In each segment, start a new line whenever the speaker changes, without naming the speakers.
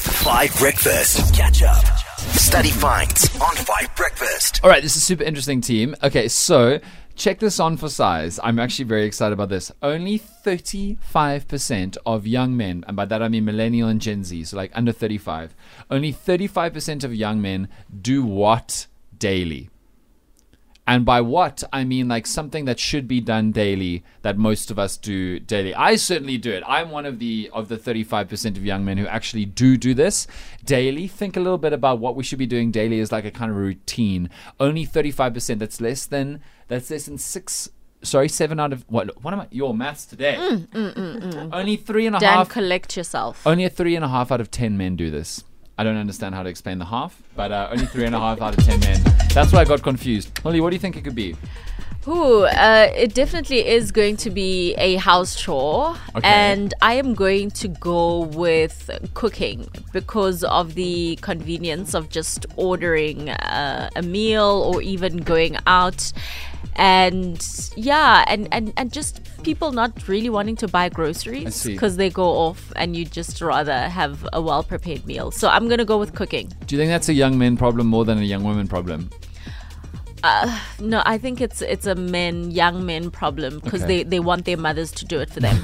Five Breakfast. Catch up. Study finds on Five Breakfast.
All right, this is super interesting, team. Okay, so check this on for size. I'm actually very excited about this. Only 35% of young men, and by that I mean millennial and Gen Z, so like under 35, only 35% of young men do what daily? And by what, I mean like something that should be done daily that most of us do daily. I certainly do it. I'm one of the of the 35% of young men who actually do do this daily. Think a little bit about what we should be doing daily as like a kind of routine. Only 35% that's less than that's less than 6 sorry 7 out of what what am I your maths today? Only three and a half. Oh.
Dan, collect yourself.
Only a three and a half out of ten men do this. I don't understand how to explain the half, but uh, only three and a half out of ten men. That's why I got confused. Holly, what do you think it could be?
Ooh, uh, it definitely is going to be a house chore.
Okay.
And I am going to go with cooking because of the convenience of just ordering uh, a meal or even going out. And yeah, and, and, and just people not really wanting to buy groceries
see.
because they go off and you just rather have a well prepared meal. So I'm going to go with cooking.
Do you think that's a young men problem more than a young woman problem?
No, I think it's it's a men, young men problem because
Okay.
they, they want their mothers to do it for them.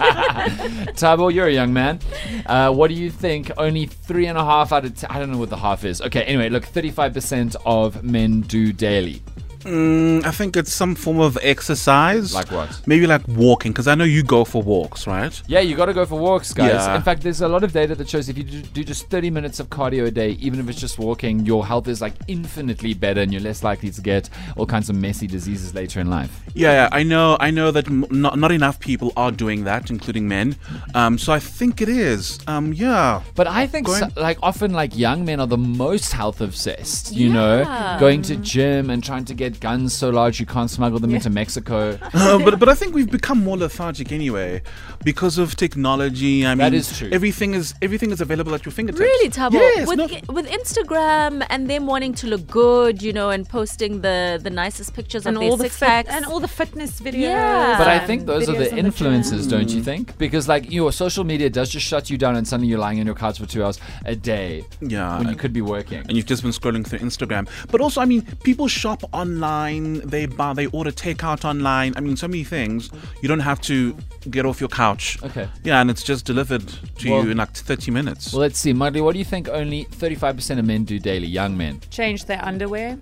Tabo, you're a young man. Uh, what do you think? Only three and a half out of ten. I don't know what the half is. Okay, anyway, look, 35% of men do daily.
I think it's some form of exercise.
Like what?
Maybe like walking, because I know you go for walks, right?
Yeah, you got to go for walks, guys.
Yeah.
In fact, there's a lot of data that shows if you do, do just 30 minutes of cardio a day, even if it's just walking, your health is like infinitely better and you're less likely to get all kinds of messy diseases later in life.
Yeah, yeah I know. I know that m- not not enough people are doing that, including men. Um, so I think it is. Um, yeah.
But I think
Going-
so- like often like young men are the most health obsessed, you know,
Yeah.
going to gym and trying to get guns so large you can't smuggle them into Mexico.
Uh, but but I think we've become more lethargic anyway, because of technology. I mean,
That is true.
Everything is everything is available at your fingertips.
really, Tabo,
Yes.
with
no-
with Instagram and them wanting to look good, you know, and posting the the nicest pictures
and
of their
all the
six
fit-
packs
and all the fitness videos.
Yeah.
But I
Um,
think those are the
videos in gym.
influences, don't
Mm.
you think? Because like your social media does just shut you down, and suddenly you're lying on your couch for two hours a day
Yeah.
when you could be working.
and you've just been scrolling through Instagram. But also, I mean, people shop online, they buy, they order takeout online. I mean, so many things. You don't have to get off your couch.
Okay.
Yeah, and it's just delivered to
Well-
you in like 30 minutes.
Well, let's see, Mudley. What do you think? Only 35% of men do daily. Young men.
Change their underwear.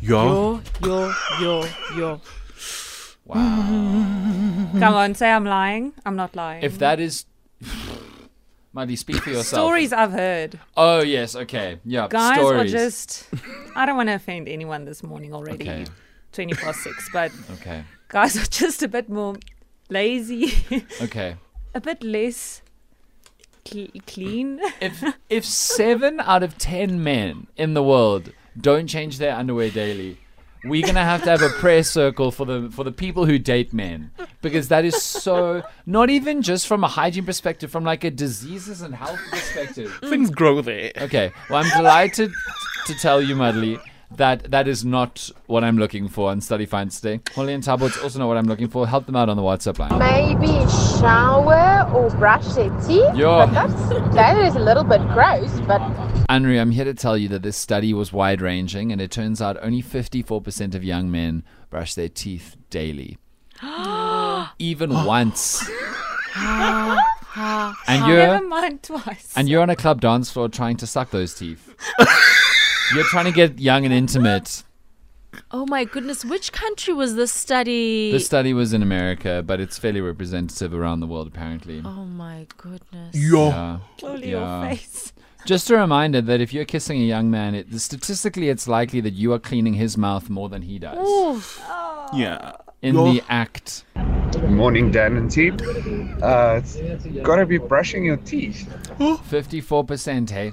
Yo.
yo yo yo.
Come on, say I'm lying. I'm not lying.
If that is, Mudley, speak for yourself.
Stories I've heard.
Oh yes. Okay. Yeah.
Guys
stories.
are just. I don't want to offend anyone this morning already.
Okay.
20 past six, but
Okay.
guys are just a bit more lazy,
Okay.
a bit less cle clean.
If if seven out of ten men in the world don't change their underwear daily, we're gonna have to have a prayer circle for the for the people who date men because that is so not even just from a hygiene perspective, from like a diseases and health perspective.
Things grow there.
Okay, well I'm delighted to tell you, Mudley. That that is not what I'm looking for on Study Finds today. Holly and Tabo, it's also not what I'm looking for. Help them out on the WhatsApp line.
maybe shower or brush their teeth.
Yeah.
But that's, that is a little bit gross, but
Andrew, I'm here to tell you that this study was wide ranging, and it turns out only 54% of young men brush their teeth daily. Even once. and
Never
you're
mind twice.
and you're on a club dance floor trying to suck those teeth. you're trying to get young and intimate.
Oh my goodness, which country was this study?
This study was in America, but it's fairly representative around the world apparently.
oh my goodness.
Yo.
Yeah.
Slowly
Yeah.
your face.
Just a reminder that if you're kissing a young man, it, statistically it's likely that you are cleaning his mouth more than he does
Yeah.
in
Yo.
the act.
Morning, Dan and team. Uh, it's gotta be brushing your teeth.
54%, hey?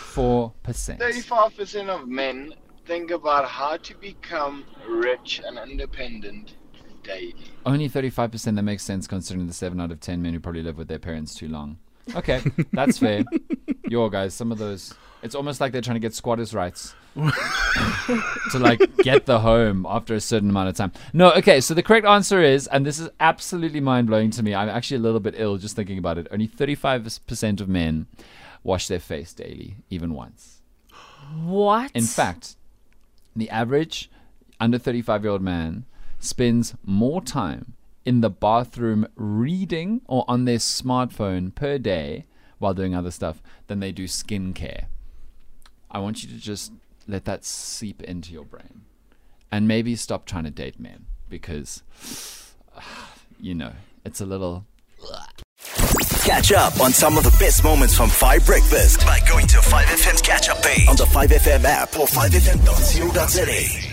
54%.
35% of men think about how to become rich and independent daily.
Only 35%. That makes sense considering the 7 out of 10 men who probably live with their parents too long. Okay, that's fair. Yo, guys, some of those. It's almost like they're trying to get squatters' rights to like get the home after a certain amount of time. No, okay. So the correct answer is, and this is absolutely mind blowing to me. I'm actually a little bit ill just thinking about it. Only 35% of men wash their face daily, even once.
What?
In fact, the average under 35 year old man spends more time in the bathroom reading or on their smartphone per day while doing other stuff than they do skincare. I want you to just let that seep into your brain and maybe stop trying to date men because, you know, it's a little.
Catch up on some of the best moments from 5 Breakfast by going to 5FM's catch up page on the 5FM app or 5FM.co.za.